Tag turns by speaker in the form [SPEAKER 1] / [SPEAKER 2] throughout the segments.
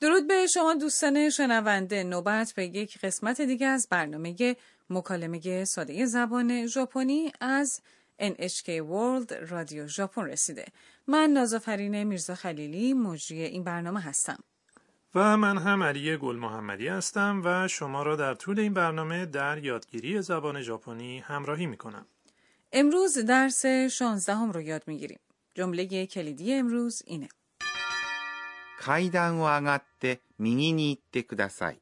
[SPEAKER 1] درود به شما دوستان شنونده نوبت به یک قسمت دیگه از برنامه مکالمه ساده زبان ژاپنی از NHK World رادیو ژاپن رسیده من نازافرین میرزا خلیلی مجری این برنامه هستم
[SPEAKER 2] و من هم علی گل محمدی هستم و شما را در طول این برنامه در یادگیری زبان ژاپنی همراهی می کنم.
[SPEAKER 1] امروز درس 16 هم رو یاد میگیریم جمله کلیدی امروز اینه
[SPEAKER 3] 階段を上がって右に行ってください。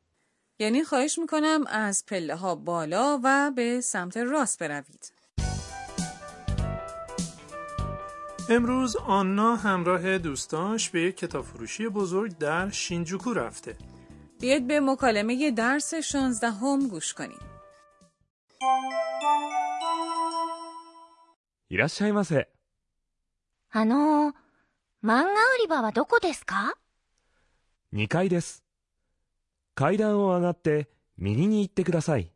[SPEAKER 1] یعنی خواهش میکنم از پله ها بالا و به سمت راست بروید
[SPEAKER 2] امروز آنا همراه دوستاش به یک کتاب فروشی بزرگ در شینجوکو رفته.
[SPEAKER 1] بیاید به مکالمه درس 16 هم گوش کنیم
[SPEAKER 4] いらっしゃいませ。
[SPEAKER 5] あのー、漫画売り場はどこですか
[SPEAKER 4] 2階です。階段を上がって右に行ってください。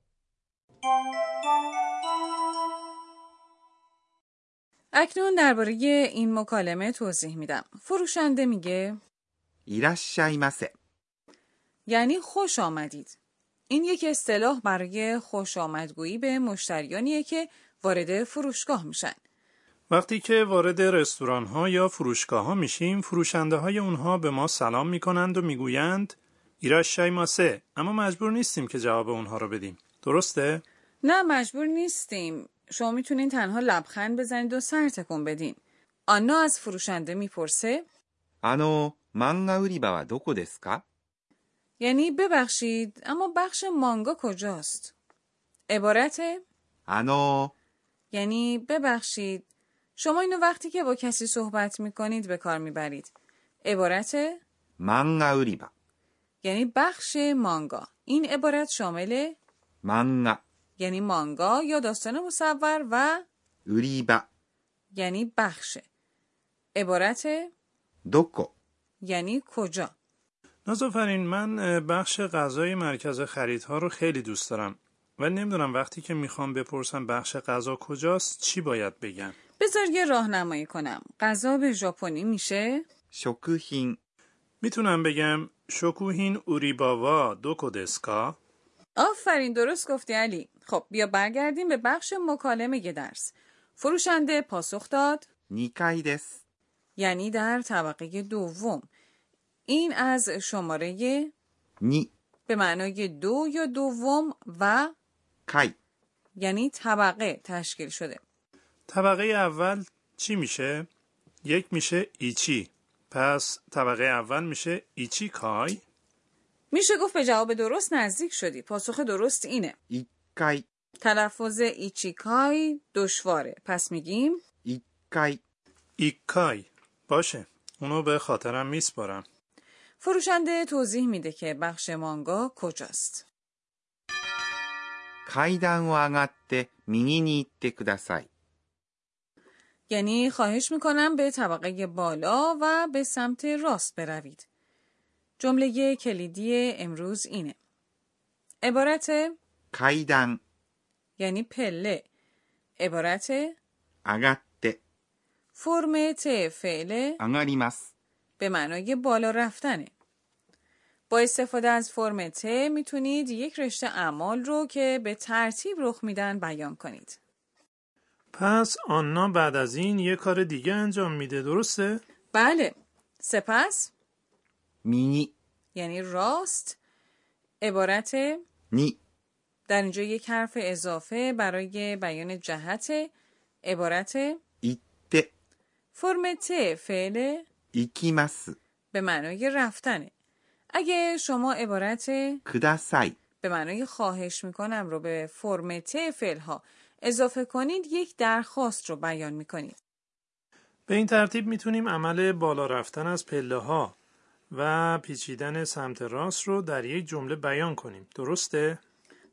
[SPEAKER 1] اکنون درباره این مکالمه توضیح میدم فروشنده میگه
[SPEAKER 3] いらっしゃいませ。
[SPEAKER 1] یعنی خوش آمدید این یک اصطلاح برای خوش آمدگویی به مشتریانیه که وارد فروشگاه میشن
[SPEAKER 2] وقتی که وارد رستوران ها یا فروشگاه ها میشیم فروشنده های اونها به ما سلام میکنند و میگویند ایراشای ماسه اما مجبور نیستیم که جواب اونها رو بدیم درسته
[SPEAKER 1] نه مجبور نیستیم شما میتونین تنها لبخند بزنید و سر تکون بدین آنا از فروشنده میپرسه
[SPEAKER 3] あの、漫画売り場はどこですか
[SPEAKER 1] یعنی ببخشید اما بخش مانگا کجاست عبارت
[SPEAKER 3] あの、
[SPEAKER 1] یعنی ببخشید شما اینو وقتی که با کسی صحبت میکنید به کار میبرید عبارت
[SPEAKER 3] 漫画売り場。
[SPEAKER 1] یعنی بخش مانگا این عبارت شامل
[SPEAKER 3] 漫画、
[SPEAKER 1] یعنی مانگا یا داستان مصور و
[SPEAKER 3] 売り場、
[SPEAKER 1] یعنی بخشه عبارت
[SPEAKER 3] どこ
[SPEAKER 1] یعنی کجا
[SPEAKER 2] نازافرین من اه، بخش غذای مرکز خریدها رو خیلی دوست دارم ولی نمیدونم وقتی که میخوام بپرسم بخش غذا کجاست چی باید بگم
[SPEAKER 1] بذار یه راهنمایی کنم غذا به ژاپنی میشه
[SPEAKER 3] 食品、
[SPEAKER 2] میتونم بگم شکوهین اوریباوا دوکو دسکا
[SPEAKER 1] آفرین درست گفتی علی خب بیا برگردیم به بخش مکالمه ی درس فروشنده پاسخ داد
[SPEAKER 3] 2階です。
[SPEAKER 1] یعنی در طبقه دوم این از شماره
[SPEAKER 3] 2
[SPEAKER 1] به معنای دو یا دوم و
[SPEAKER 3] 階。
[SPEAKER 1] یعنی طبقه تشکیل شده
[SPEAKER 2] طبقه اول چی میشه؟ یک میشه ایچی پس طبقه اول میشه ایچی کای
[SPEAKER 1] میشه گفت به جواب درست نزدیک شدی پاسخ درست اینه
[SPEAKER 3] 1階、
[SPEAKER 1] تلفظ ایچیکای دشواره پس میگیم
[SPEAKER 3] 1階、
[SPEAKER 2] ایکای باشه اونو به خاطرم میسپارم
[SPEAKER 1] فروشنده توضیح میده که بخش مانگا کجاست
[SPEAKER 3] 階段を上がって右に行ってください。
[SPEAKER 1] یعنی خواهش میکنم به طبقه بالا و به سمت راست بروید جمله کلیدی امروز اینه عبارت
[SPEAKER 3] 階段、
[SPEAKER 1] یعنی پله عبارت
[SPEAKER 3] 上がって、
[SPEAKER 1] فرم ت فعله
[SPEAKER 3] 上がります。
[SPEAKER 1] به معنای بالا رفتنه. با استفاده از فرم ت میتونید یک رشته اعمال رو که به ترتیب رخ میدن بیان کنید.
[SPEAKER 2] پس آنا بعد از این یه کار دیگه انجام میده درسته؟
[SPEAKER 1] بله. سپس
[SPEAKER 3] 右、
[SPEAKER 1] یعنی راست عبارت
[SPEAKER 3] 2、
[SPEAKER 1] در اینجا یک حرف اضافه برای بیان جهت عبارت
[SPEAKER 3] 行って、
[SPEAKER 1] فرم ت فعل
[SPEAKER 3] 行きます。
[SPEAKER 1] به معنای رفتنه. اگه شما عبارت
[SPEAKER 3] ください。
[SPEAKER 1] به معنای خواهش میکنم رو به فرم ت فعلها اضافه کنید یک درخواست رو بیان میکنید.
[SPEAKER 2] به این ترتیب میتونیم عمل بالا رفتن از پله ها و پیچیدن سمت راست رو در یک جمله بیان کنیم درسته؟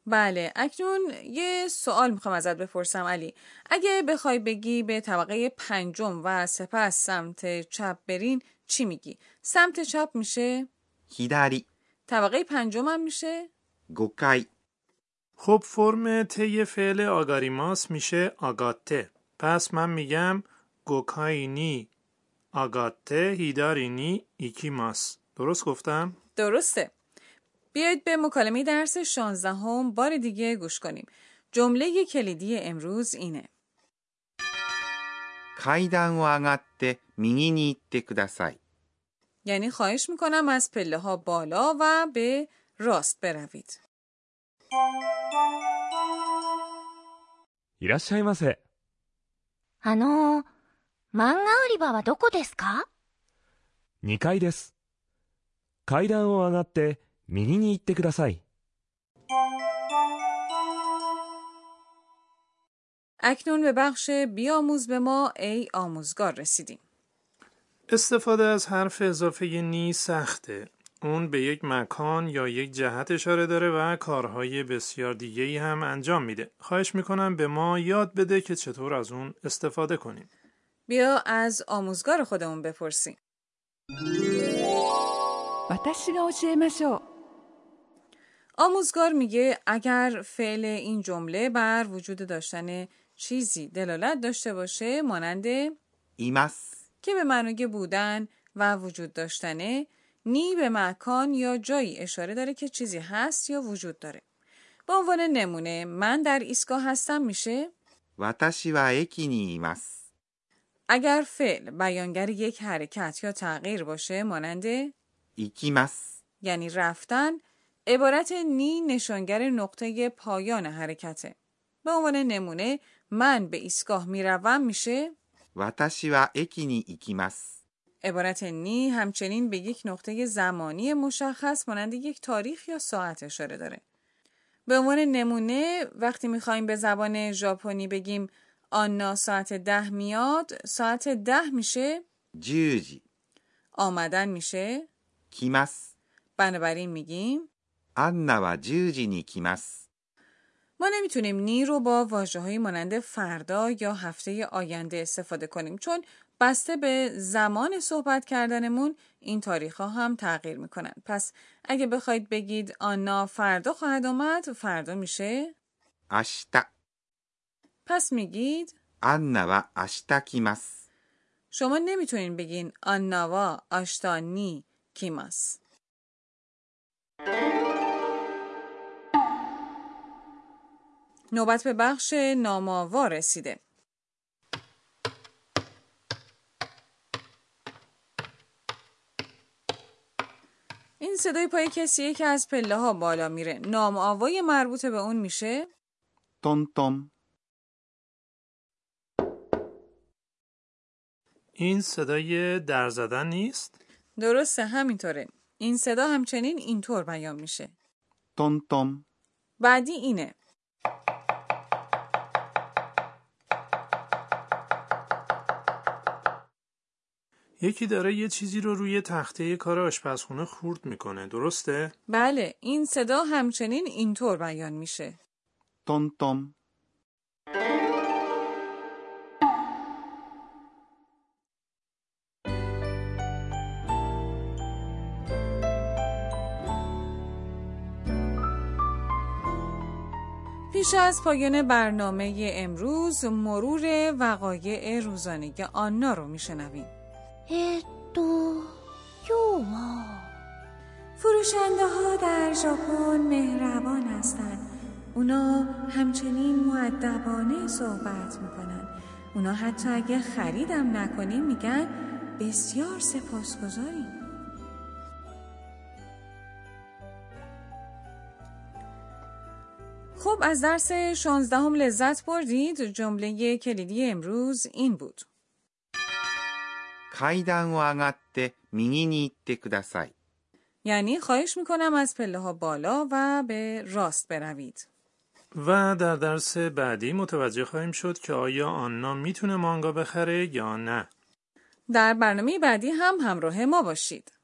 [SPEAKER 1] بله اکنون یه سوال میخوام ازت بپرسم علی اگه بخوای بگی به طبقه پنجم و سپس سمت چپ برین چی میگی؟ سمت چپ میشه؟
[SPEAKER 3] 左、
[SPEAKER 1] طبقه پنجم هم میشه؟
[SPEAKER 3] 5階、
[SPEAKER 2] خب فرم طی فعل آگاریماس میشه آگاته پس من میگم گوکاینی آگاته هیدارینی ایکیماس درست گفتم؟
[SPEAKER 1] درسته. بیایید به مکالمه درس 16 هم بار دیگه گوش کنیم. جمله کلیدی امروز اینه.
[SPEAKER 3] 階段を上がって右に行ってください。
[SPEAKER 1] یعنی خواهش میکنم از پله ها بالا و به راست بروید.
[SPEAKER 4] いらっしゃいませ。
[SPEAKER 5] あのー、漫画売り場はどこですか
[SPEAKER 4] 2階です。階段を上がって右に行ってください。
[SPEAKER 1] اکنون به بخش بیاموز به ما ای آموزگار رسیدیم.
[SPEAKER 2] استفاده از حرف اضافه نی سخته. اون به یک مکان یا یک جهت اشاره داره و کارهای بسیار دیگه ای هم انجام میده. خواهش میکنم به ما یاد بده که چطور از اون استفاده کنیم.
[SPEAKER 1] بیا از آموزگار خودمون بپرسیم.
[SPEAKER 6] 私が教えましょう
[SPEAKER 1] آموزگار میگه اگر فعل این جمله بر وجود داشتن چیزی دلالت داشته باشه مانند
[SPEAKER 3] います。
[SPEAKER 1] که به معنای بودن و وجود داشتنه نی به مکان یا جایی اشاره داره که چیزی هست یا وجود داره به عنوان نمونه من در ایستگاه هستم میشه
[SPEAKER 3] 私は駅にいます。
[SPEAKER 1] اگر فعل بیانگر یک حرکت یا تغییر باشه مانند
[SPEAKER 3] 行きます。
[SPEAKER 1] یعنی رفتن عبارت نی نشانگر نقطه پایان حرکته به عنوان نمونه من به ایستگاه میروم میشه
[SPEAKER 3] 私は駅に行きます。
[SPEAKER 1] عبارت نی همچنین به یک نقطه زمانی مشخص مانند یک تاریخ یا ساعت اشاره داره. به عنوان نمونه وقتی میخوایم به زبان ژاپنی بگیم آنا ساعت ده میاد ساعت ده میشه
[SPEAKER 3] 10時、
[SPEAKER 1] آمدن میشه
[SPEAKER 3] 来ます。
[SPEAKER 1] بنابراین میگیم
[SPEAKER 3] アンナは10時に来ます。
[SPEAKER 1] ما نمیتونیم نی رو با واجه های مانند فردا یا هفته آینده استفاده کنیم چون بسته به زمان صحبت کردنمون این تاریخ ها هم تغییر میکنن پس اگه بخواید بگید آنا فردا خواهد آمد فردا میشه
[SPEAKER 3] 明日、
[SPEAKER 1] پس میگید
[SPEAKER 3] アンナは明日来ます。
[SPEAKER 1] شما نمیتونین بگین آنا وا آشتا نی کیماس نوبت به بخش ناماوا رسیده این صدای پای کسیه که از پله ها بالا میره نام آوای مربوط به اون میشه
[SPEAKER 3] トントン、
[SPEAKER 2] این صدای در زدن نیست؟
[SPEAKER 1] درسته همینطوره این صدا همچنین اینطور بیان میشه
[SPEAKER 3] トントン、
[SPEAKER 1] بعدی اینه
[SPEAKER 2] یکی داره یه چیزی رو روی تخته کار آشپزخونه خورد میکنه. درسته؟
[SPEAKER 1] بله این صدا همچنین اینطور بیان میشه
[SPEAKER 3] トントン、
[SPEAKER 1] پیش از پایان برنامه امروز مرور وقایع روزانه آنا رو میشنویم
[SPEAKER 5] えー、っと、今日は、
[SPEAKER 1] فروشنده ها در ژاپن مهربان هستند. اونا همچنین معدبانه صحبت میکنن. اونا حتی اگه خریدم نکنیم میگن بسیار سپاسگزاریم. خب از درس 16 هم لذت بردید جمله کلیدی امروز این بود
[SPEAKER 3] 階段を上がって右に行ってください。
[SPEAKER 1] یعنی خواهش میکنم از پله ها بالا و به راست بروید
[SPEAKER 2] و در درس بعدی متوجه خواهیم شد که آیا آنا میتونه مانگا بخره یا نه.
[SPEAKER 1] در برنامه بعدی هم همراه ما باشید